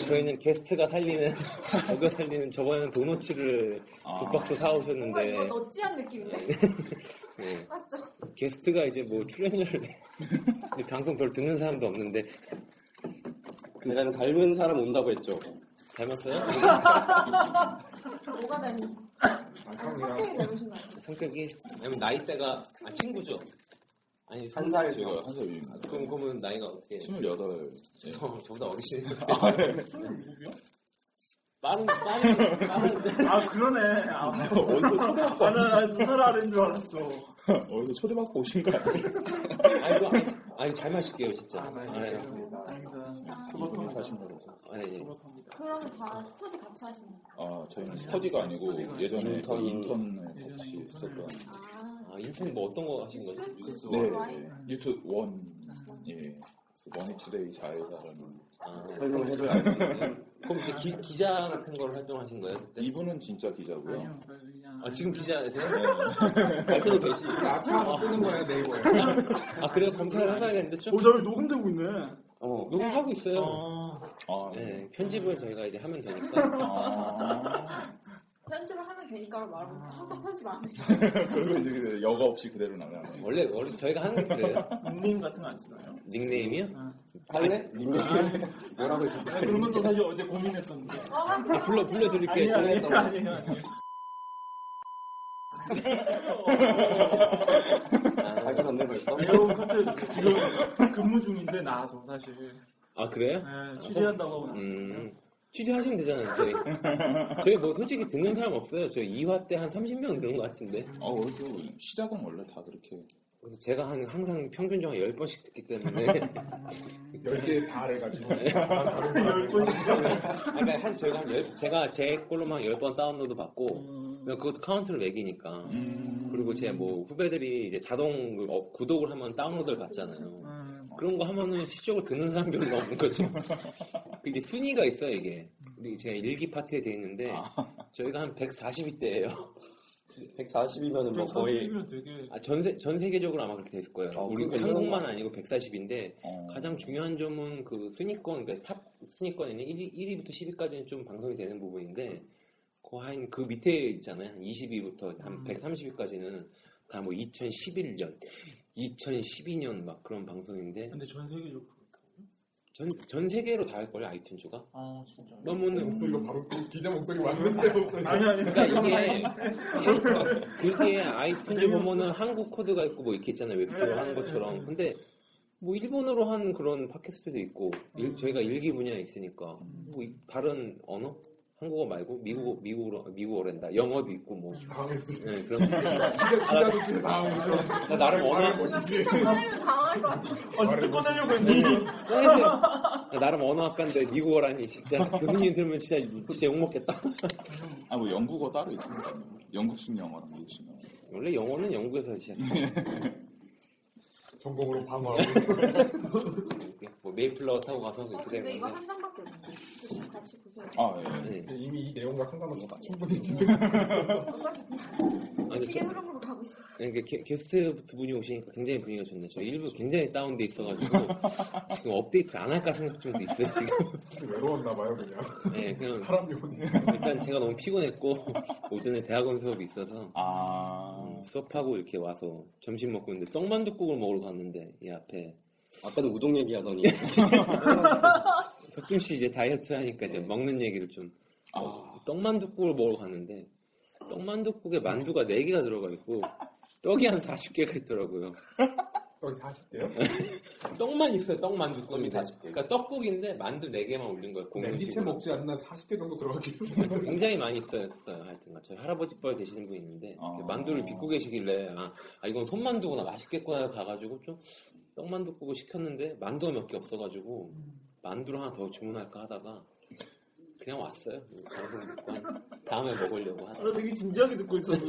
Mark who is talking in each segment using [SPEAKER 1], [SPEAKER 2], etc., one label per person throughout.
[SPEAKER 1] 저희는 게스트가 살리는, 저가 살리는 저번에는 도너츠를 두 박스
[SPEAKER 2] 아.
[SPEAKER 3] 뭔가 어, 아, 이거
[SPEAKER 1] 사오셨는데,
[SPEAKER 3] 너찌한 느낌인데
[SPEAKER 1] 네.
[SPEAKER 3] 맞죠?
[SPEAKER 1] 게스트가 이제 뭐 출연료를, 내- 근데 방송 별 듣는 사람도 없는데. 제가 닮은 사람 온다고 했죠. 닮았어요?
[SPEAKER 3] 뭐가 아, 닮은 성격이 닮으신 거 같아요
[SPEAKER 1] 성격이, 왜냐면 나이대가, 아, 친구죠. 아니,
[SPEAKER 2] 한 살
[SPEAKER 1] 친구죠.
[SPEAKER 2] 제가 한살 위입니다
[SPEAKER 1] 그럼, 그러면 나이가 어떻게? 해요?
[SPEAKER 2] 28
[SPEAKER 1] 저, 저보다 어리시네.
[SPEAKER 4] 아,
[SPEAKER 1] 빠른, 빠른, 빠른데.
[SPEAKER 2] 아 그러네 아 어디서 초대받고 나는 누설 아래인 줄 알았어 어디서 초대받고 오신 거 아니에요?
[SPEAKER 1] 아이고, 아이, 아이, 잘 마실게요, 진짜. 아,
[SPEAKER 2] 수고통 사신 거죠
[SPEAKER 1] 아니, 네,
[SPEAKER 3] 그러면 다 스터디 같이 하시는 거예요?
[SPEAKER 2] 아 저희는 스터디가 아니고 예전에
[SPEAKER 1] 인턴.
[SPEAKER 2] 인턴 인턴을 같이 했었던
[SPEAKER 3] 아
[SPEAKER 1] 아, 인턴 뭐 어떤 거 하신 거죠?
[SPEAKER 3] 뉴스? 와이?
[SPEAKER 2] 네 유튜브 원예 머니투데이 자회사라는
[SPEAKER 1] 아,
[SPEAKER 2] 설명해줘야 하는데
[SPEAKER 1] 그럼 이제 기, 기자 같은 걸 활동하신 거예요? 그때?
[SPEAKER 2] 이분은 진짜 기자고요
[SPEAKER 1] 아, 지금 기자세요? 발표도 되지.
[SPEAKER 4] 아차가 뜨는 거야 네이버에.
[SPEAKER 1] 아, 그래요? 검색을 해봐야겠는데 좀?
[SPEAKER 4] 저기 녹음되고 있네.
[SPEAKER 1] 어, 녹음하고 있어요.
[SPEAKER 2] 아,
[SPEAKER 1] 네, 편집을 저희가 이제 하면 되니까.
[SPEAKER 2] 아
[SPEAKER 3] 편집을 하면 되니까로 말하고 항상 편집 안 해요
[SPEAKER 2] 그러면 이제 여과 없이 그대로 나가네
[SPEAKER 1] 원래, 원래 저희가 하는 게 그래요.
[SPEAKER 4] 닉네임 같은 거 안 쓰나요?
[SPEAKER 1] 닉네임이요?
[SPEAKER 4] 할래? 뭐라고 해줄 그런 것도 사실 어제 고민했었는데.
[SPEAKER 3] 어, 항상
[SPEAKER 1] 아, 불러, 불러드릴게요.
[SPEAKER 4] 아니에요,
[SPEAKER 1] 저희가
[SPEAKER 4] 아니에요, 아니에요.
[SPEAKER 1] 아,
[SPEAKER 4] 매우 급해졌어요. 지금 근무 중인데 나와서 사실.
[SPEAKER 1] 아, 그래요?
[SPEAKER 4] 네, 취재한다고 하고. 나.
[SPEAKER 1] 음, 취재하시면 되잖아요, 저희. 저희 뭐 솔직히 듣는 사람 없어요. 저희 2화 때 한 30명 들은 것 같은데.
[SPEAKER 2] 어, 그래도 시작은 원래 다 그렇게
[SPEAKER 1] 그래서 제가 한, 항상 평균적으로 10번씩 듣기 때문에.
[SPEAKER 4] 10개 잘 해가지고. 10번씩.
[SPEAKER 1] 아, 그러니까 한 제가 한 열, 제가 제 걸로만 10번 다운로드 받고 그냥 그것도 카운트를 매기니까 그리고 제 뭐 후배들이 이제 자동 그 어, 구독을 하면 다운로드를 받잖아요 그런 거 하면은 실적으로 듣는 사람 별로 없는 거죠 이게 순위가 있어요 이게 우리 제가 일기 파트에 돼 있는데 저희가 한 140위대예요 140이면은 뭐
[SPEAKER 4] 뭐 되게.
[SPEAKER 1] 아, 전, 세, 전 세계적으로 아마 그렇게 됐을 거예요.
[SPEAKER 2] 어,
[SPEAKER 1] 우리
[SPEAKER 2] 그건
[SPEAKER 1] 한국만 아니고 140인데
[SPEAKER 2] 어.
[SPEAKER 1] 가장 중요한 점은 그 순위권, 그러니까 탑 순위권에는 1위, 1위부터 10위까지는 좀 방송이 되는 부분인데 그한그 밑에 있잖아요. 한 20위부터 한 130위까지는 다 뭐 2011년, 2012년 막 그런 방송인데
[SPEAKER 4] 근데 전 세계적으로.
[SPEAKER 1] 전, 전 세계로 다 할걸요 아이튠즈가?
[SPEAKER 4] 아, 진짜.
[SPEAKER 1] 그러면은
[SPEAKER 4] 목소리가 바로 기자 목소리 왔는데 목소리. 아니, 아니.
[SPEAKER 1] 그러니까 이게 그게 아이튠즈 보면은 한국 코드가 있고 뭐 이렇게 있잖아요 웹툰으로 하는 것처럼 근데 뭐 일본어로 한 그런 팟캐스트도 있고 일- 저희가 일기 분야에 있으니까 뭐 이- 다른 언어 한국어 말고 미국어 미국어로 미국어랜다 영어도 있고 뭐 네, 그런
[SPEAKER 4] 기자들끼리 다 하고.
[SPEAKER 1] 나 나름 언어
[SPEAKER 3] 편집을 당할 것 같아요
[SPEAKER 4] 어, 진짜 꺼내려고 했는데.
[SPEAKER 1] 나 나름 언어 학과인데 미국어라니 진짜 교수님 들으면 진짜 진짜 욕 먹겠다
[SPEAKER 2] 아, 뭐 영국어 따로 있습니다. 영국식 영어랑 미국식 영어.
[SPEAKER 1] 원래 영어는 영국에서 시작
[SPEAKER 3] 음.
[SPEAKER 4] 전공으로 방어하고.
[SPEAKER 1] 뭐 메이플러 타고 가서
[SPEAKER 3] 어,
[SPEAKER 1] 그렇게
[SPEAKER 3] 근데
[SPEAKER 1] 되는
[SPEAKER 3] 이거
[SPEAKER 1] 건데
[SPEAKER 3] 한 장밖에 없는데 그거 같이 보세요
[SPEAKER 2] 아, 예.
[SPEAKER 1] 네.
[SPEAKER 4] 이미 이 내용과 상관없이 충분히 지
[SPEAKER 1] 아니,
[SPEAKER 3] 시계
[SPEAKER 1] 저-
[SPEAKER 3] 흐름으로 가고 있어요
[SPEAKER 1] 네, 게- 게- 게스트 두 분이 오시니까 굉장히 분위기가 좋네. 저 일부 굉장히 다운돼 있어가지고 지금 업데이트를 안 할까 생각 중도 있어요 지금.
[SPEAKER 4] 외로웠나 봐요 그냥
[SPEAKER 1] 네, 그냥
[SPEAKER 4] 사람 요원이
[SPEAKER 1] 일단 제가 너무 피곤했고 오전에 대학원 수업이 있어서
[SPEAKER 2] 아,
[SPEAKER 1] 수업하고 이렇게 와서 점심 먹고 있는데 떡만둣국을 먹으러 갔는데 이 앞에
[SPEAKER 5] 아까도 우동 얘기하더니
[SPEAKER 1] 석준 씨 이제 다이어트 하니까 이제 먹는 얘기를 좀
[SPEAKER 2] 아.
[SPEAKER 1] 떡만둣국을 먹으러 갔는데 떡만둣국에 만두가 4개가 들어가 있고 떡이 한 40개가 있더라고요.
[SPEAKER 2] 여기 40대요?
[SPEAKER 1] 떡만 있어요. 떡만둣국이
[SPEAKER 4] 떡이
[SPEAKER 1] 40개.
[SPEAKER 4] 40개.
[SPEAKER 1] 그러니까 떡국인데 만두 4개만 올린 거예요.
[SPEAKER 4] 맨기채
[SPEAKER 1] 공식으로.
[SPEAKER 4] 네, 먹지 않나 40대 정도 들어가기
[SPEAKER 1] 굉장히 많이 있었어요. 그 하여튼 저희 할아버지 뻘 되시는 분이 있는데
[SPEAKER 2] 어.
[SPEAKER 1] 이렇게 만두를 빚고 계시길래 아, 아, 이건 손만두구나 맛있겠구나 가가지고 좀 떡만둣국을 시켰는데 만두가 몇 개 없어가지고 만두를 하나 더 주문할까 하다가 그냥 왔어요. 방송 듣고 한- 다음에 먹으려고 하다가
[SPEAKER 2] 되게 진지하게 듣고 있었어.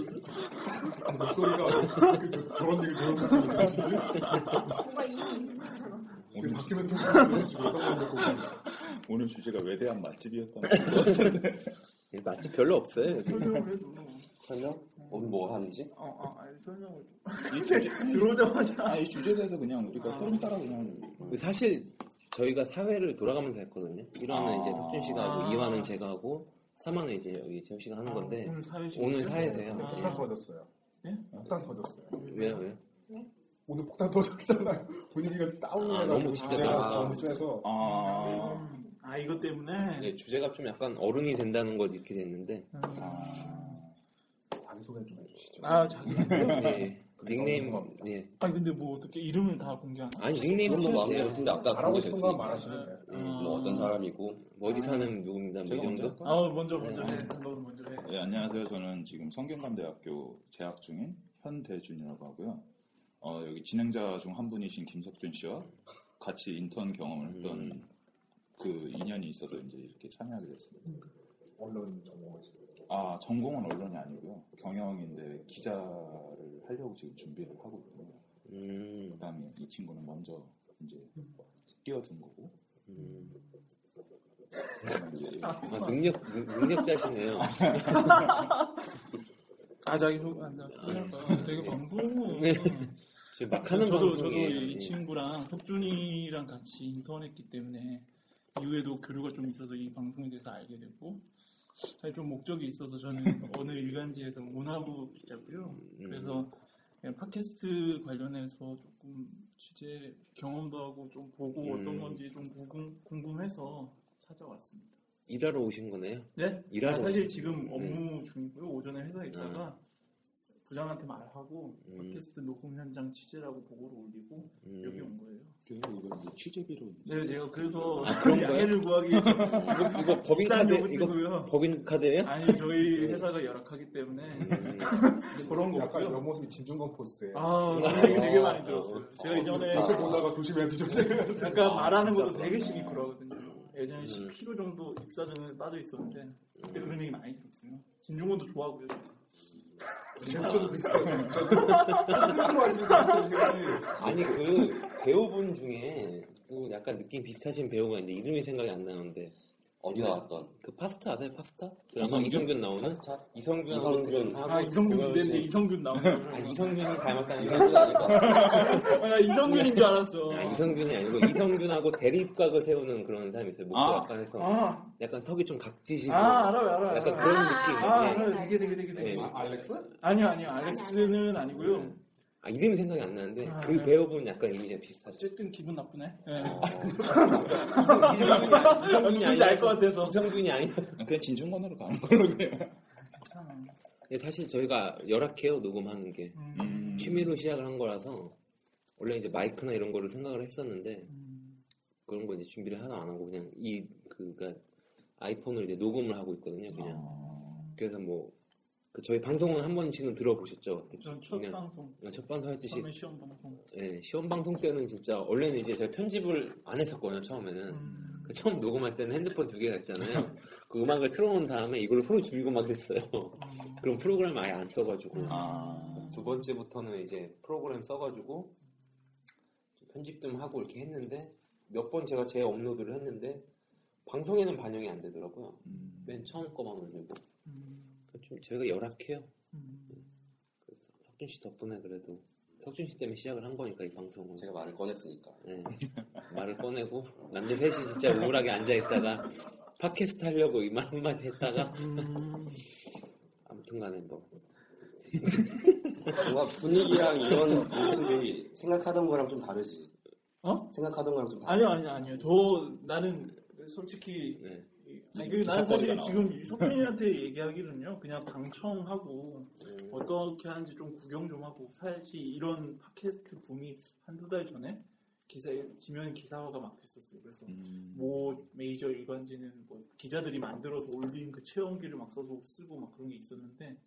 [SPEAKER 4] 목소리가 그- 그- 그런 얘기 들어본 적이 있는지
[SPEAKER 3] 뭔가 이미 있는 것처럼.
[SPEAKER 4] 그 바뀌는 통신을 지금 떡만 듣고
[SPEAKER 2] 오늘 주제가 외대한 맛집이었던
[SPEAKER 1] 맛집 별로 없어요. 요새.
[SPEAKER 6] 설명을 해줘.
[SPEAKER 1] 설명? 오늘 뭐 하는지?
[SPEAKER 6] 어, 어, 아니, 설명을 좀.
[SPEAKER 2] 이 주제,
[SPEAKER 6] 들어오자마자. 아.
[SPEAKER 2] 아, 이 주제에 대해서 그냥 우리가 흐름 따라 그냥
[SPEAKER 1] 사실 저희가 사회를 돌아가면서 했거든요. 1화는
[SPEAKER 2] 아.
[SPEAKER 1] 이제 석준 씨가 하고
[SPEAKER 6] 아.
[SPEAKER 1] 2화는 제가 하고 3화는 이제 여기 재호 씨가 하는 건데
[SPEAKER 6] 오늘 음, 사회식.
[SPEAKER 1] 오늘 사회세요. 네.
[SPEAKER 4] 폭탄 터졌어요
[SPEAKER 6] 예?
[SPEAKER 4] 폭탄 터졌어요
[SPEAKER 1] 왜요 왜요?
[SPEAKER 4] 오늘 폭탄 터졌잖아요 분위기가
[SPEAKER 1] 아,
[SPEAKER 4] 다운해가지고
[SPEAKER 1] 너무 진짜
[SPEAKER 4] 제가
[SPEAKER 1] 다운이다.
[SPEAKER 4] 너무 세서
[SPEAKER 2] 아,
[SPEAKER 6] 음, 아, 이것 때문에.
[SPEAKER 1] 네, 주제가 좀 약간 어른이 된다는 걸 이렇게 됐는데
[SPEAKER 4] 자기소개 좀 해주시죠
[SPEAKER 6] 아, 자기.
[SPEAKER 1] 네, 닉네임 네.
[SPEAKER 6] 아니, 근데 뭐 어떻게 이름을 다 공개하나?
[SPEAKER 1] 아니 예, 닉네임
[SPEAKER 5] 그건 뭐
[SPEAKER 1] 쓰셔도
[SPEAKER 5] 마음대로
[SPEAKER 1] 돼요.
[SPEAKER 5] 근데 아까 그런
[SPEAKER 4] 말하고
[SPEAKER 5] 거
[SPEAKER 4] 싶은 거
[SPEAKER 5] 됐으니까
[SPEAKER 4] 말하시면 돼요
[SPEAKER 1] 예,
[SPEAKER 5] 뭐 어떤 사람이고
[SPEAKER 1] 뭐 어디 사는 누구입니다. 뭐
[SPEAKER 2] 제가
[SPEAKER 1] 이
[SPEAKER 2] 먼저
[SPEAKER 1] 정도?
[SPEAKER 2] 할까요?
[SPEAKER 6] 아, 먼저, 먼저 해. 너 먼저 해.
[SPEAKER 1] 아,
[SPEAKER 2] 네, 안녕하세요. 저는 지금 성균관대학교 재학 중인 현대준이라고 하고요. 어, 여기 진행자 중 한 분이신 김석준 씨와 같이 인턴 경험을 했던
[SPEAKER 6] 음.
[SPEAKER 2] 그 인연이 있어서 이제 이렇게 참여하게 됐습니다.
[SPEAKER 4] 언론 정보지
[SPEAKER 2] 아, 전공은 언론이 아니고요. 경영인데 기자를 하려고 지금 준비를 하고 있고요.
[SPEAKER 1] 음,
[SPEAKER 2] 그다음에 이 친구는 먼저 이제 끼어든 거고.
[SPEAKER 1] 음.
[SPEAKER 2] 그다음에 이제
[SPEAKER 1] 아, 능력 능- 능력자시네요.
[SPEAKER 6] 아, 자기 소개 한다. 그러니까 되게 방송을.
[SPEAKER 1] 네. 지금 막 하는
[SPEAKER 6] 저도, 저도
[SPEAKER 1] 방송이에요.
[SPEAKER 6] 이
[SPEAKER 1] 예.
[SPEAKER 6] 친구랑 석준이랑 같이 인턴했기 때문에 이후에도 교류가 좀 있어서 이 방송에 대해서 알게 됐고 사실 좀 목적이 있어서 저는 어느 일간지에서 원하고 있자고요.
[SPEAKER 1] 음.
[SPEAKER 6] 그래서 그냥 팟캐스트 관련해서 조금 취재 경험도 하고 좀 보고 어떤
[SPEAKER 1] 음.
[SPEAKER 6] 건지 좀 궁금, 궁금해서 찾아왔습니다.
[SPEAKER 1] 일하러 오신 거네요.
[SPEAKER 6] 네?
[SPEAKER 1] 일하러
[SPEAKER 6] 아, 사실
[SPEAKER 1] 오신-
[SPEAKER 6] 지금
[SPEAKER 1] 네.
[SPEAKER 6] 업무 중이고요. 오전에 회사에 있다가 부장한테 말하고
[SPEAKER 1] 음.
[SPEAKER 6] 팟캐스트 녹음 현장 취재라고 보고를 올리고
[SPEAKER 1] 음.
[SPEAKER 6] 여기 온 거예요.
[SPEAKER 2] 그리고 이거 이제 취재비로
[SPEAKER 6] 네, 제가 그래서
[SPEAKER 1] 아, 그런 거예요?
[SPEAKER 6] 양해를 구하기 위해서
[SPEAKER 1] 이거, 이거 법인
[SPEAKER 6] 뭐 비싼
[SPEAKER 1] 카드
[SPEAKER 6] 요구들고요.
[SPEAKER 1] 이거 네. 법인 카드예요?
[SPEAKER 6] 아니 저희 회사가 열악하기 때문에
[SPEAKER 1] 음.
[SPEAKER 6] 그런
[SPEAKER 4] 약간
[SPEAKER 6] 거고요.
[SPEAKER 4] 옆모습이 진중권 포스예요
[SPEAKER 6] 아, 그런 얘기 되게 많이 들었어요. 제가 이전에
[SPEAKER 4] 요새 보다가 조심해야 지 조심해야 지
[SPEAKER 6] 잠깐
[SPEAKER 1] 아,
[SPEAKER 6] 말하는 것도 되게 시니컬하거든요.
[SPEAKER 1] 음.
[SPEAKER 6] 예전에 10kg 정도 입사 전에 빠져 있었는데 그때 그런 얘기 많이 들었어요. 진중권도 좋아하고요.
[SPEAKER 4] 제목도 비슷해요 저도 좋아하시는 분들이
[SPEAKER 1] 아니 그 배우분 중에 또 약간 느낌 비슷하신 배우가 있는데 이름이 생각이 안 나는데
[SPEAKER 5] 어디 나왔던
[SPEAKER 1] 그 파스타 아세요? 파스타? 드라마
[SPEAKER 5] 이성균?
[SPEAKER 1] 이성균 나오는
[SPEAKER 5] 파스타?
[SPEAKER 1] 이성균
[SPEAKER 5] 이성균.
[SPEAKER 6] 아, 이성균 인데인데 이성균 나온다고.
[SPEAKER 1] 아 이성균이 닮았다는
[SPEAKER 5] 이상한
[SPEAKER 1] 생각
[SPEAKER 5] 거 아닐까?
[SPEAKER 6] 아, 나 이성균인 줄 알았어.
[SPEAKER 1] 아 이성균이 아니고 이성균하고 대립각을 세우는 그런 사람이 있어요 목도
[SPEAKER 2] 아.
[SPEAKER 1] 약간 해서
[SPEAKER 6] 아,
[SPEAKER 1] 약간 턱이 좀 각지시고
[SPEAKER 6] 아, 알아요, 알아요.
[SPEAKER 1] 약간
[SPEAKER 6] 알아요.
[SPEAKER 1] 그런
[SPEAKER 6] 아,
[SPEAKER 1] 느낌 예.
[SPEAKER 6] 알아요. 되게 되게 되게 되게.
[SPEAKER 1] 네.
[SPEAKER 4] 알렉스?
[SPEAKER 6] 아니요, 아니요. 알렉스는 아니고요.
[SPEAKER 1] 아 이름이 생각이 안 나는데
[SPEAKER 6] 아,
[SPEAKER 1] 그
[SPEAKER 6] 네.
[SPEAKER 1] 배우분 약간 이미지가 비슷하죠
[SPEAKER 6] 어쨌든 기분 나쁘네. 예.
[SPEAKER 1] 이성균이 아니- 이성균이
[SPEAKER 6] 누군지 알
[SPEAKER 1] 아니라서
[SPEAKER 6] 것 같아서.
[SPEAKER 1] 이성균이 아니라
[SPEAKER 2] 그냥 진중권으로 가는 걸로 그래요.
[SPEAKER 1] 근데 사실 저희가 열악해요 녹음하는 게
[SPEAKER 2] 음.
[SPEAKER 1] 취미로 시작을 한 거라서 원래 이제 마이크나 이런 거를 생각을 했었는데 그런 거 이제 준비를 하나 안 하고 그냥 이 그가 아이폰으로 이제 녹음을 하고 있거든요
[SPEAKER 2] 아.
[SPEAKER 1] 그냥 그래서 뭐그 저희 방송은 한 번씩은 들어보셨죠 그때
[SPEAKER 6] 전첫
[SPEAKER 1] 그냥
[SPEAKER 6] 방송,
[SPEAKER 1] 그냥 첫 방송 했듯이
[SPEAKER 6] 처음에 시험 방송.
[SPEAKER 1] 예, 시험 방송 때는 진짜 원래는 이제 제가 편집을 안 했었거든요 처음에는 그 처음 녹음할 때는 핸드폰 두 개가 있잖아요 그 음악을 틀어놓은 다음에 이걸로 소리 줄이고 막 했어요
[SPEAKER 6] 음.
[SPEAKER 1] 그런 프로그램 아예 안 써가지고
[SPEAKER 2] 아,
[SPEAKER 1] 두 번째부터는 이제 프로그램 써가지고 좀 편집 좀 하고 이렇게 했는데 몇 번 제가 재 업로드를 했는데 방송에는 반영이 안 되더라고요.
[SPEAKER 2] 음.
[SPEAKER 1] 맨 처음 거만 올리고 그러니까
[SPEAKER 6] 음.
[SPEAKER 1] 좀 저희가 열악해요. 그래서 석준 씨 덕분에 그래도 석준 씨 때문에 시작을 한 거니까 이 방송은
[SPEAKER 5] 제가 말을 꺼냈으니까.
[SPEAKER 1] 네. 말을 꺼내고 남자 셋이 진짜 우울하게 앉아 있다가 팟캐스트 하려고 이 말 한마디 했다가
[SPEAKER 6] 음.
[SPEAKER 1] 아무튼간에 뭐
[SPEAKER 5] 뭔가 분위기랑 이런 모습이 생각하던 거랑 좀 다르지.
[SPEAKER 6] 어?
[SPEAKER 4] 아,
[SPEAKER 5] 생각하던 거랑 좀 다르지.
[SPEAKER 6] 아니요, 아니요, 아니요. 더 나는 솔직히
[SPEAKER 1] 네.
[SPEAKER 6] 이 아니, 그리고 나는 사실 지금 석빈이한테 얘기하기는요. 그냥 방청하고 어떻게 하는지 좀 구경 좀 하고 사실 이런 팟캐스트 붐이 한두 달 전에 기사 지면 기사화가 막 됐었어요. 그래서 뭐 메이저 일간지는 뭐 기자들이 만들어서 올린 그 체험기를 막 써서 쓰고 막 그런 게 있었는데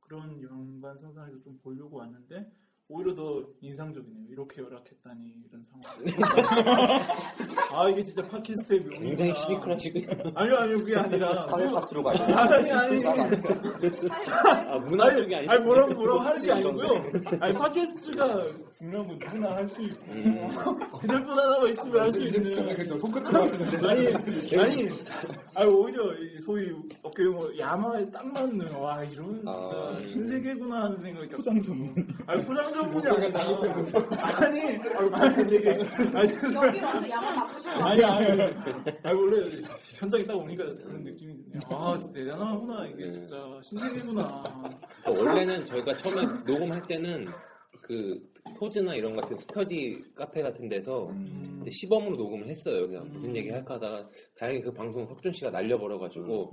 [SPEAKER 6] 그런 연관 선상에서 좀 보려고 왔는데 오히려 더 인상적이네요. 이렇게 열악했다니 이런 상황. 아 이게 진짜 팟캐스트의 묘미가
[SPEAKER 1] 굉장히
[SPEAKER 5] 아.
[SPEAKER 1] 시니컬하시군요.
[SPEAKER 6] 아니요 아니요 그게 아니라
[SPEAKER 5] 사회 파트로 가요.
[SPEAKER 6] 아니 아니
[SPEAKER 1] 아, 문화 쪽이 아니시군요.
[SPEAKER 6] 아니 뭐라고 뭐라고 하는 게 아니고요. 아니 팟캐스트가 중요한 건 누구나 할 수 있고
[SPEAKER 1] 음.
[SPEAKER 6] 휴대폰 하나만 뭐 있으면
[SPEAKER 4] 그
[SPEAKER 6] 할 수 있는.
[SPEAKER 4] 이렇게 좀 손끝으로 하시는데.
[SPEAKER 6] 아니 아니 아니 오히려 이 소위 어깨 뭐 야마에 딱 맞는 와 이런
[SPEAKER 1] 아,
[SPEAKER 6] 진짜
[SPEAKER 1] 음.
[SPEAKER 6] 신세계구나 하는 생각이 딱
[SPEAKER 2] 포장 전문.
[SPEAKER 6] 아니 포장 전문이 아니라 아니 아니 되게 아니
[SPEAKER 3] 여기 와서 양을 받고 싶어.
[SPEAKER 6] 아니 아니 아니 원래 현장에 딱 오니까 그런 느낌이 드네요 아 진짜 대단하구나 이게
[SPEAKER 1] 네.
[SPEAKER 6] 진짜 신세계구나
[SPEAKER 1] 원래는 저희가 처음에 녹음할 때는 그 토즈나 이런 같은 스터디 카페 같은 데서 이제 시범으로 녹음을 했어요. 그냥 무슨 얘기 할까 하다가 다행히 그 방송 석준 씨가 날려버려가지고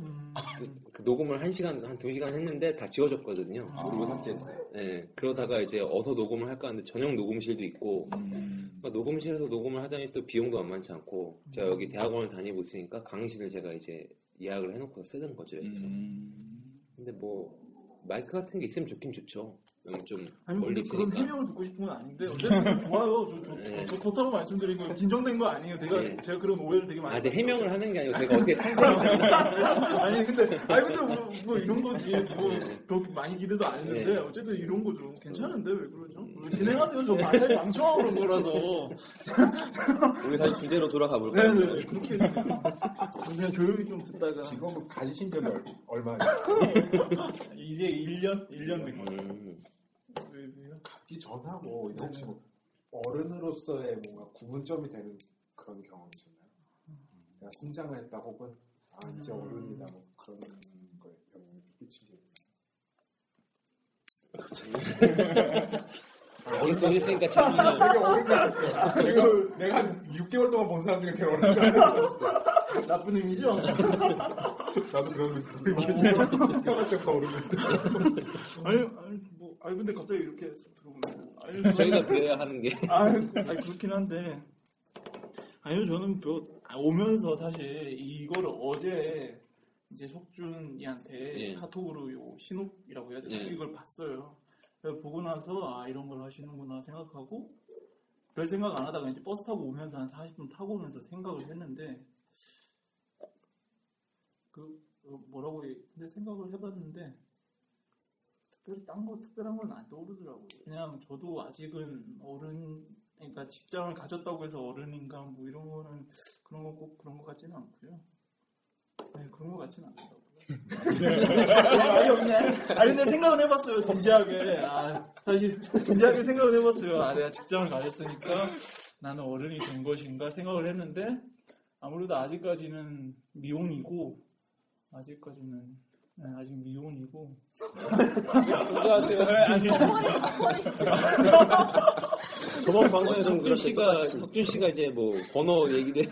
[SPEAKER 1] 그, 그 녹음을 한 시간 한 두 시간 했는데 다 지워졌거든요.
[SPEAKER 5] 그리고 삭제했어요.
[SPEAKER 1] 예, 그러다가 이제 어서 녹음을 할까 하는데 전용 녹음실도 있고 그러니까 녹음실에서 녹음을 하자니 또 비용도 만만치 않고 제가 여기 대학원을 다니고 있으니까 강의실을 제가 이제 예약을 해놓고 쓰는 거죠. 여기서. 근데 뭐 마이크 같은 게 있으면 좋긴 좋죠. 여기 좀
[SPEAKER 6] 아니
[SPEAKER 1] 멀리
[SPEAKER 6] 근데 그런
[SPEAKER 1] 있으니까.
[SPEAKER 6] 해명을 듣고 싶은 건 아닌데 어쨌든 좋아요 저, 저,
[SPEAKER 1] 네.
[SPEAKER 6] 저 좋다고 말씀드린 거 긴장된 거 아니에요 제가
[SPEAKER 1] 네.
[SPEAKER 6] 제가 그런 오해를 되게 많이
[SPEAKER 1] 아, 이제 해명을 하는 게 아니고 제가 어떻게 탄생했나
[SPEAKER 6] 아니 근데 아니 근데 뭐, 뭐 이런 거지 뭐 더 많이 기대도 안 했는데
[SPEAKER 1] 네.
[SPEAKER 6] 어쨌든 이런 거죠 괜찮은데 왜 그러죠 음. 진행하세요 저 말을 망청하고 그런 거라서
[SPEAKER 1] 우리 다시 주제로 돌아가 볼까요?
[SPEAKER 6] 네네 그렇게 해주세요 그냥 조용히 좀 듣다가
[SPEAKER 4] 지금 뭐 가지신 지 얼- 얼마예요?
[SPEAKER 6] 이제 1년 1년 된 거죠
[SPEAKER 1] 음,
[SPEAKER 4] 이 전하고 이거 혹시 뭐 어른으로서의 뭔가 구분점이 되는 그런 경험이셨나요? 내가 성장했다 혹은 아 이제 어른이다 뭐 그런 거에 영향을 끼친 게
[SPEAKER 1] 계속 했으니까 참
[SPEAKER 4] 되게 어린 거 같았어요. 내가, 내가 한 6개월 동안 본 사람 중에 제일 어린 거
[SPEAKER 6] 나쁜 의미죠
[SPEAKER 4] 나도 그런 아. 느낌이었는데 혀가 쫙 어른인데
[SPEAKER 6] 아니 아니 뭐 아니 근데 갑자기 이렇게 들어오면 아니
[SPEAKER 1] 저희가 그래야 하는 게
[SPEAKER 6] 아, 아니, 그렇긴 한데 아니요 저는 뭐 아, 오면서 사실 이거를 어제 이제 석준이한테
[SPEAKER 1] 예.
[SPEAKER 6] 카톡으로 요 신호라고 해야 되나
[SPEAKER 1] 예.
[SPEAKER 6] 이걸 봤어요. 그래서 보고 나서 아 이런 걸 하시는구나 생각하고 별 생각 안 하다가 이제 버스 타고 오면서 한 40분 타고 오면서 생각을 했는데 그 어, 뭐라고 얘- 근데 생각을 해봤는데 특별히 딴 거 특별한 건 안 떠오르더라고요. 그냥 저도 아직은 어른 그러니까 직장을 가졌다고 해서 어른인가 뭐 이런 거는 그런 거 꼭 그런 거 같지는 않고요. 네, 그런 거 같지는 않더라고요. 아니, 없네. 아니, 근데 생각은 해봤어요, 진지하게. 아, 사실, 진지하게 생각은 해봤어요. 아, 내가 직장을 가졌으니까 나는 어른이 된 것인가 생각을 했는데, 아무래도 아직까지는 미혼이고, 아직까지는, 네, 아직 미혼이고.
[SPEAKER 1] 혼자하세요.
[SPEAKER 6] 아니,
[SPEAKER 1] 저번 방송에서 석준
[SPEAKER 5] 그렇게
[SPEAKER 1] 씨가 석준 씨가 이제 뭐 번호 얘기를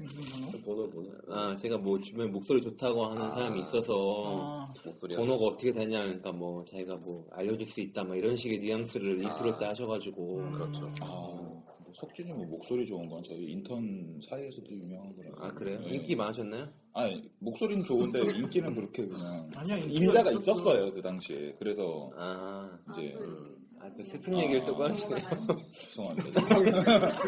[SPEAKER 6] 무슨
[SPEAKER 1] 번호
[SPEAKER 6] 번호?
[SPEAKER 1] 번호 아 제가 뭐 주변에 목소리 좋다고 하는 사람이 있어서
[SPEAKER 6] 아,
[SPEAKER 5] 목소리가.
[SPEAKER 1] 번호가 어떻게 되냐 그러니까 뭐 자기가 뭐 알려줄 수 있다 막 이런 식의 뉘앙스를 인트로 때 하셔가지고
[SPEAKER 5] 그렇죠.
[SPEAKER 2] 아, 뭐 석진이 뭐 목소리 좋은 건 저희 인턴 사이에서도 유명한 거라.
[SPEAKER 1] 아 그래요 인기 많으셨나요?
[SPEAKER 2] 아니 목소리는 좋은데 인기는 그렇게 그냥
[SPEAKER 6] 아니야, 인기가
[SPEAKER 2] 인자가
[SPEAKER 6] 있었어.
[SPEAKER 2] 있었어요 그 당시에. 그래서
[SPEAKER 1] 아
[SPEAKER 2] 이제
[SPEAKER 1] 아, 또 슬픈 얘기를 또 꺼내시네.
[SPEAKER 2] 죄송합니다.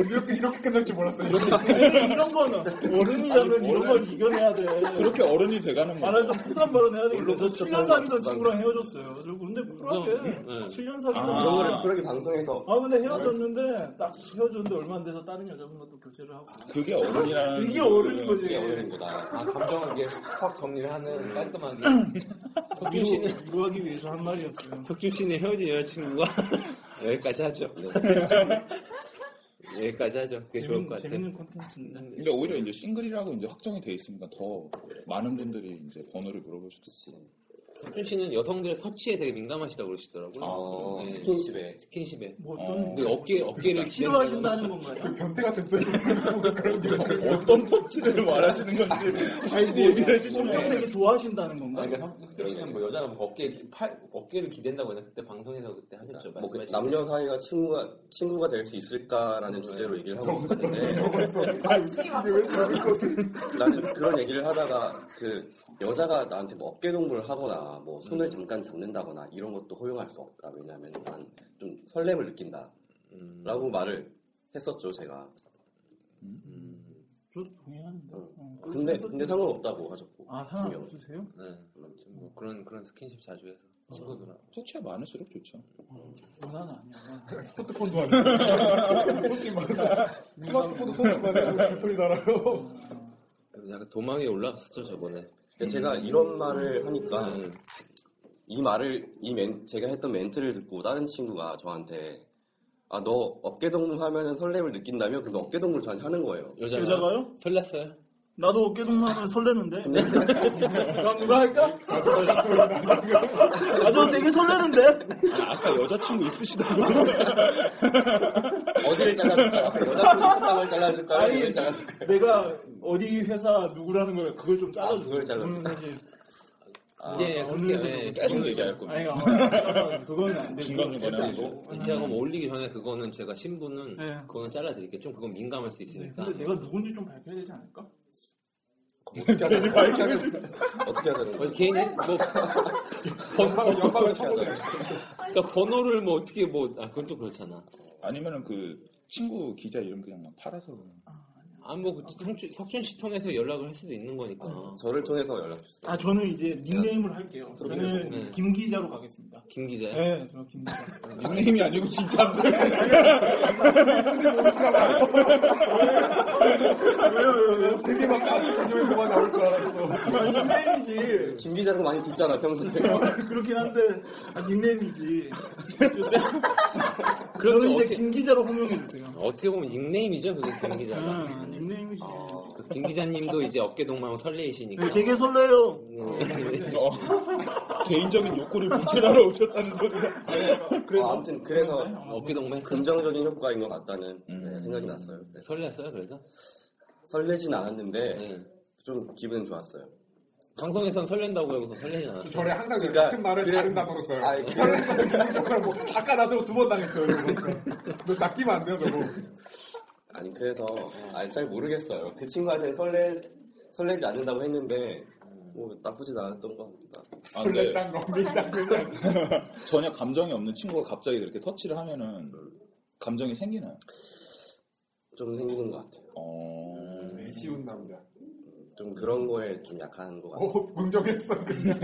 [SPEAKER 4] 이렇게, 이렇게 끝날 줄 몰랐어요
[SPEAKER 6] 이런 거는 어른이라면
[SPEAKER 2] 아니,
[SPEAKER 6] 이런 걸 이겨내야 돼.
[SPEAKER 2] 그렇게 어른이 돼가는 거.
[SPEAKER 6] 말하자면 폭탄 발언해야 되겠네. 저
[SPEAKER 2] 물론
[SPEAKER 6] 7년 사귀던 친구랑 헤어졌어요. 저 근데 쿨하게
[SPEAKER 1] 네.
[SPEAKER 6] 7년 사귀던
[SPEAKER 2] 아.
[SPEAKER 5] 이런 거를
[SPEAKER 6] 친구랑
[SPEAKER 5] 쿨하게 방송에서
[SPEAKER 6] 아 근데 헤어졌는데 딱 헤어졌는데 얼마 안 돼서 다른 여자분과 또 교제를 하고
[SPEAKER 2] 그게 어른이라는.
[SPEAKER 6] 이게 어른인 거지.
[SPEAKER 1] 이게 어른이구나. 아, 감정을 이게 확 정리를 하는
[SPEAKER 6] 음.
[SPEAKER 1] 깔끔한. 석준 씨는,
[SPEAKER 6] 위로, 위로하기 위해서 한 말이었어요.
[SPEAKER 1] 석준 씨는 헤어진 여자친구가 여기까지 하죠. 네. 여기까지 하죠. 그게 좋을
[SPEAKER 6] 재밌는,
[SPEAKER 1] 것 같아요.
[SPEAKER 6] 재밌는 콘텐츠인데
[SPEAKER 2] 근데 오히려 이제 싱글이라고 이제 확정이 돼 있으니까 더 많은 분들이 이제 번호를 물어보셨듯이
[SPEAKER 1] 석준 씨는 여성들의 터치에 되게 민감하시다고 그러시더라고요.
[SPEAKER 5] 어,
[SPEAKER 1] 네.
[SPEAKER 5] 스킨십에.
[SPEAKER 1] 스킨십에.
[SPEAKER 6] 뭐
[SPEAKER 2] 어,
[SPEAKER 6] 어떤 그러니까
[SPEAKER 1] 근데 어깨, 어깨를
[SPEAKER 6] 아, 싫어하신다는 건가요?
[SPEAKER 4] 변태 같았어요. 그런 게
[SPEAKER 2] 어떤
[SPEAKER 1] 네.
[SPEAKER 2] 터치를 말해주는 건지 확실히 얘기를
[SPEAKER 6] 뭐 엄청
[SPEAKER 2] 해주시네.
[SPEAKER 6] 되게 좋아하신다는
[SPEAKER 1] 아니,
[SPEAKER 6] 건가요?
[SPEAKER 1] 그러니까 석준 씨는 뭐 여자라면 어깨, 팔, 어깨를 기댄다고 했나? 그때 방송에서 그때 하셨죠.
[SPEAKER 5] 뭐, 그
[SPEAKER 1] 말씀하신
[SPEAKER 5] 남녀 사이가 친구가, 친구가 될 수 있을까라는 주제로 얘기를 하고 있었는데,
[SPEAKER 4] 네. 적었어. 아, 이게 왜 저런 거지?
[SPEAKER 5] 나는 그런 얘기를 하다가, 그, 여자가 나한테 뭐 어깨 동무를 하거나, 뭐, 손을 잠깐 잡는다거나, 이런 것도 허용할 수 없다. 왜냐면 난 좀 설렘을 느낀다.
[SPEAKER 1] 음.
[SPEAKER 5] 라고 말을 했었죠, 제가.
[SPEAKER 6] 저도 동의하는데.
[SPEAKER 5] 응.
[SPEAKER 6] 어,
[SPEAKER 5] 근데,
[SPEAKER 6] 그래서-
[SPEAKER 5] 근데 상관없다고 하셨고.
[SPEAKER 6] 아 상관 없으세요?
[SPEAKER 1] 네. 아무튼 뭐 그런 그런 스킨십 자주 해서 친구들하고.
[SPEAKER 2] 터치가 많을수록 좋죠.
[SPEAKER 6] 원한 아니야.
[SPEAKER 4] 스마트폰도 안 해. 솔직히 말해서. 스마트폰도 터치만 해고 별풀이 달아요.
[SPEAKER 1] 그래서 약간 도망에 올라왔었죠 저번에.
[SPEAKER 5] 그러니까 제가 이런 말을 하니까,
[SPEAKER 1] 음.
[SPEAKER 5] 이 말을 이 멘, 제가 했던 멘트를 듣고 다른 친구가 저한테 아 너 어깨 동무 하면은 설렘을 느낀다며 그럼 어깨 동무를 저한테 하는 거예요.
[SPEAKER 1] 여자가
[SPEAKER 6] 여자가요?
[SPEAKER 1] 설렜어요?
[SPEAKER 6] 나도 어깨 동무하면 설레는데. 그럼 누가 할까? 아저 되게 설레는데.
[SPEAKER 2] 아까 여자친구 있으시다고.
[SPEAKER 5] 어디를 잘라줄까? 여자친구 땀을 잘라줄까?
[SPEAKER 6] 아니,
[SPEAKER 5] 어디를 잘라줄까?
[SPEAKER 6] 내가 어디 회사 누구라는 걸 그걸 좀
[SPEAKER 5] 아,
[SPEAKER 6] 잘라주세요.
[SPEAKER 5] 그걸 잘라.
[SPEAKER 6] 음, 사실
[SPEAKER 1] 예,
[SPEAKER 6] 아,
[SPEAKER 1] 그렇게,
[SPEAKER 6] 어느
[SPEAKER 1] 예,
[SPEAKER 6] 정도
[SPEAKER 1] 그건
[SPEAKER 2] 얘기할
[SPEAKER 1] 이제-
[SPEAKER 2] 겁니다.
[SPEAKER 6] 아니, 아, 잠깐만, 그건 안 돼.
[SPEAKER 2] 중간중간에
[SPEAKER 6] 네.
[SPEAKER 1] 얘기하고 뭐 올리기 전에 그거는 제가 신부는
[SPEAKER 6] 네.
[SPEAKER 1] 그거는 잘라드릴게요. 좀 그건 민감할 수 있으니까.
[SPEAKER 6] 근데 내가 누군지 좀 밝혀야 되지 않을까?
[SPEAKER 5] 어떻게 하자는 거야? 어떻게 하자는
[SPEAKER 1] 뭐
[SPEAKER 5] 거야?
[SPEAKER 1] 개인 뭐
[SPEAKER 4] 연방을, 연방을 쳐보세요.
[SPEAKER 1] 그러니까 번호를 뭐 어떻게 뭐 아 그건 좀 그렇잖아.
[SPEAKER 2] 아니면은 그 친구 기자 이름 그냥 막 팔아서 그냥.
[SPEAKER 1] 아뭐 석준 석준 씨 통해서 연락을 할 수도 있는 거니까.
[SPEAKER 5] 저를 통해서 연락 주세요.
[SPEAKER 6] 아 저는 이제 닉네임을 할게요. 저는
[SPEAKER 1] 네.
[SPEAKER 6] 김 기자로 가겠습니다.
[SPEAKER 1] 김 기자. 요
[SPEAKER 6] 네, 저 김 기자.
[SPEAKER 2] 닉네임이 아니고 진짜인데.
[SPEAKER 4] 되게 막 다른 전용에서만 나올 줄 알았어.
[SPEAKER 6] 아, 닉네임이지.
[SPEAKER 5] 김 기자라고 많이 듣잖아 평소에.
[SPEAKER 6] 그렇긴 한데 아, 닉네임이지. 그렇죠.
[SPEAKER 1] 그럼
[SPEAKER 6] 저는 이제
[SPEAKER 1] 어떻게-
[SPEAKER 6] 김 기자로 호명해 주세요.
[SPEAKER 1] 어떻게 보면 닉네임이죠 그게 김 기자.
[SPEAKER 6] 아, 닉네임이지.
[SPEAKER 1] 그김 기자님도 이제 어깨 동무하면 설레이시니까. 네.
[SPEAKER 6] 네, 되게 설레요.
[SPEAKER 2] 어, 개인적인 욕구를 분출하러 오셨다는 소리가.
[SPEAKER 5] 아, 아무튼 그래서
[SPEAKER 1] 어깨 동무했어.
[SPEAKER 5] 긍정적인 효과인 것 같다는 네, 생각이 났어요. 네.
[SPEAKER 1] 설렜어요 그래서.
[SPEAKER 5] 설레진 않았는데
[SPEAKER 1] 네.
[SPEAKER 5] 좀 기분은 좋았어요.
[SPEAKER 1] 방송에선 설렌다고 해서 설레진 않았어요.
[SPEAKER 4] 저래 항상 그
[SPEAKER 5] 그러니까
[SPEAKER 4] 같은 말을
[SPEAKER 5] 그래-
[SPEAKER 4] 다른 단어로 써요.
[SPEAKER 5] 아이, 그래-
[SPEAKER 4] 다른 단어로 써요. 뭐, 아까 나 저거 두 번 당했어요. 이러고. 너 낚이면 안 돼요, 저거.
[SPEAKER 5] 아니 그래서 아니 잘 모르겠어요. 그 친구한테 설레 설레지 않는다고 했는데 뭐 나쁘진 않았던 것 같다.
[SPEAKER 2] 아, 근데
[SPEAKER 4] 설렜단 거, 민단 거.
[SPEAKER 2] 전혀 감정이 없는 친구가 갑자기 그렇게 터치를 하면은 감정이 생기나요?
[SPEAKER 5] 좀 생기는 것 같아요.
[SPEAKER 2] 어.
[SPEAKER 4] 쉬운 남자.
[SPEAKER 5] 좀 그런 거에 좀 약한 것 같아요.
[SPEAKER 4] 오, 긍정했어, 그냥.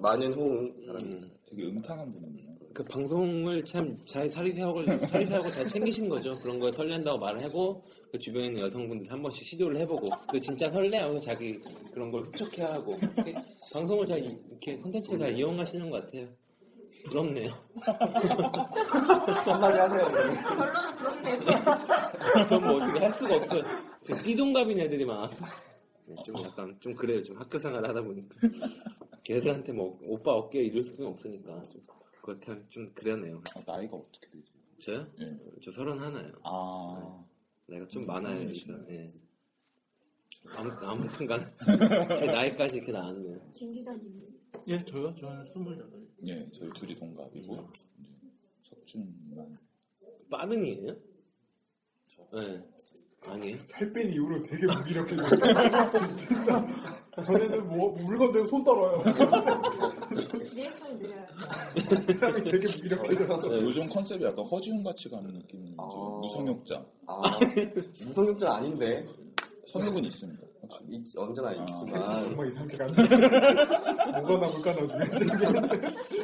[SPEAKER 5] 많은 호응. 바람.
[SPEAKER 2] 되게 음탕한 분이네요.
[SPEAKER 1] 그 방송을 참 잘 사리사욕을 사리사욕을 잘 챙기신 거죠. 그런 거에 설렌다고 말을 하고 그 주변에 있는 여성분들 한 번씩 시도를 해보고 그 진짜 설레하면서 자기 그런 걸 흡족해하고 이렇게 방송을 잘 이- 이렇게 콘텐츠를 잘 이용하시는 것 같아요. 부럽네요.
[SPEAKER 5] 한마디 하세요.
[SPEAKER 2] 아,
[SPEAKER 5] 그러면.
[SPEAKER 3] 결론은 그런데
[SPEAKER 1] 전 뭐 어떻게 할 수가 없어요. 그 띠동갑인 애들이 많아서 네, 좀 약간 좀 그래요. 좀 학교 생활 하다 보니까 걔들한테 뭐 오빠 어깨 이럴 수는 없으니까 좀 그렇다 좀 그러네요.
[SPEAKER 2] 아, 나이가 어떻게 되지?
[SPEAKER 1] 저요?
[SPEAKER 2] 예.
[SPEAKER 1] 저 서른 하나요.
[SPEAKER 2] 아.
[SPEAKER 1] 나이가 좀 많아요, 여기서. 예. 아무튼, 아무튼 간, 제 나이까지 이렇게 나왔네요.
[SPEAKER 3] 김 기자님
[SPEAKER 6] 예, 저요? 저는 28.
[SPEAKER 2] 예, 저희 둘이 동갑이고. 이제 석준만.
[SPEAKER 1] 빠른이에요? 예. 아니에요?
[SPEAKER 4] 살 뺀 이후로 되게 무기력해졌어. 진짜. 전에는 뭐, 물건 대고 손 떨어요.
[SPEAKER 3] 리액션이 느려요.
[SPEAKER 4] 사람이 되게 무기력해졌어.
[SPEAKER 2] 요즘 컨셉이 약간 허지훈 같이 가는 느낌인
[SPEAKER 5] 아.
[SPEAKER 2] 죠 무성욕자.
[SPEAKER 5] 아 무성욕자 아닌데
[SPEAKER 2] 성욕은 있습니다. 확실히.
[SPEAKER 5] 아. 이- 언제나 있지만
[SPEAKER 4] 정말 이상하게 간다. 뭐가 남을까, 나중에.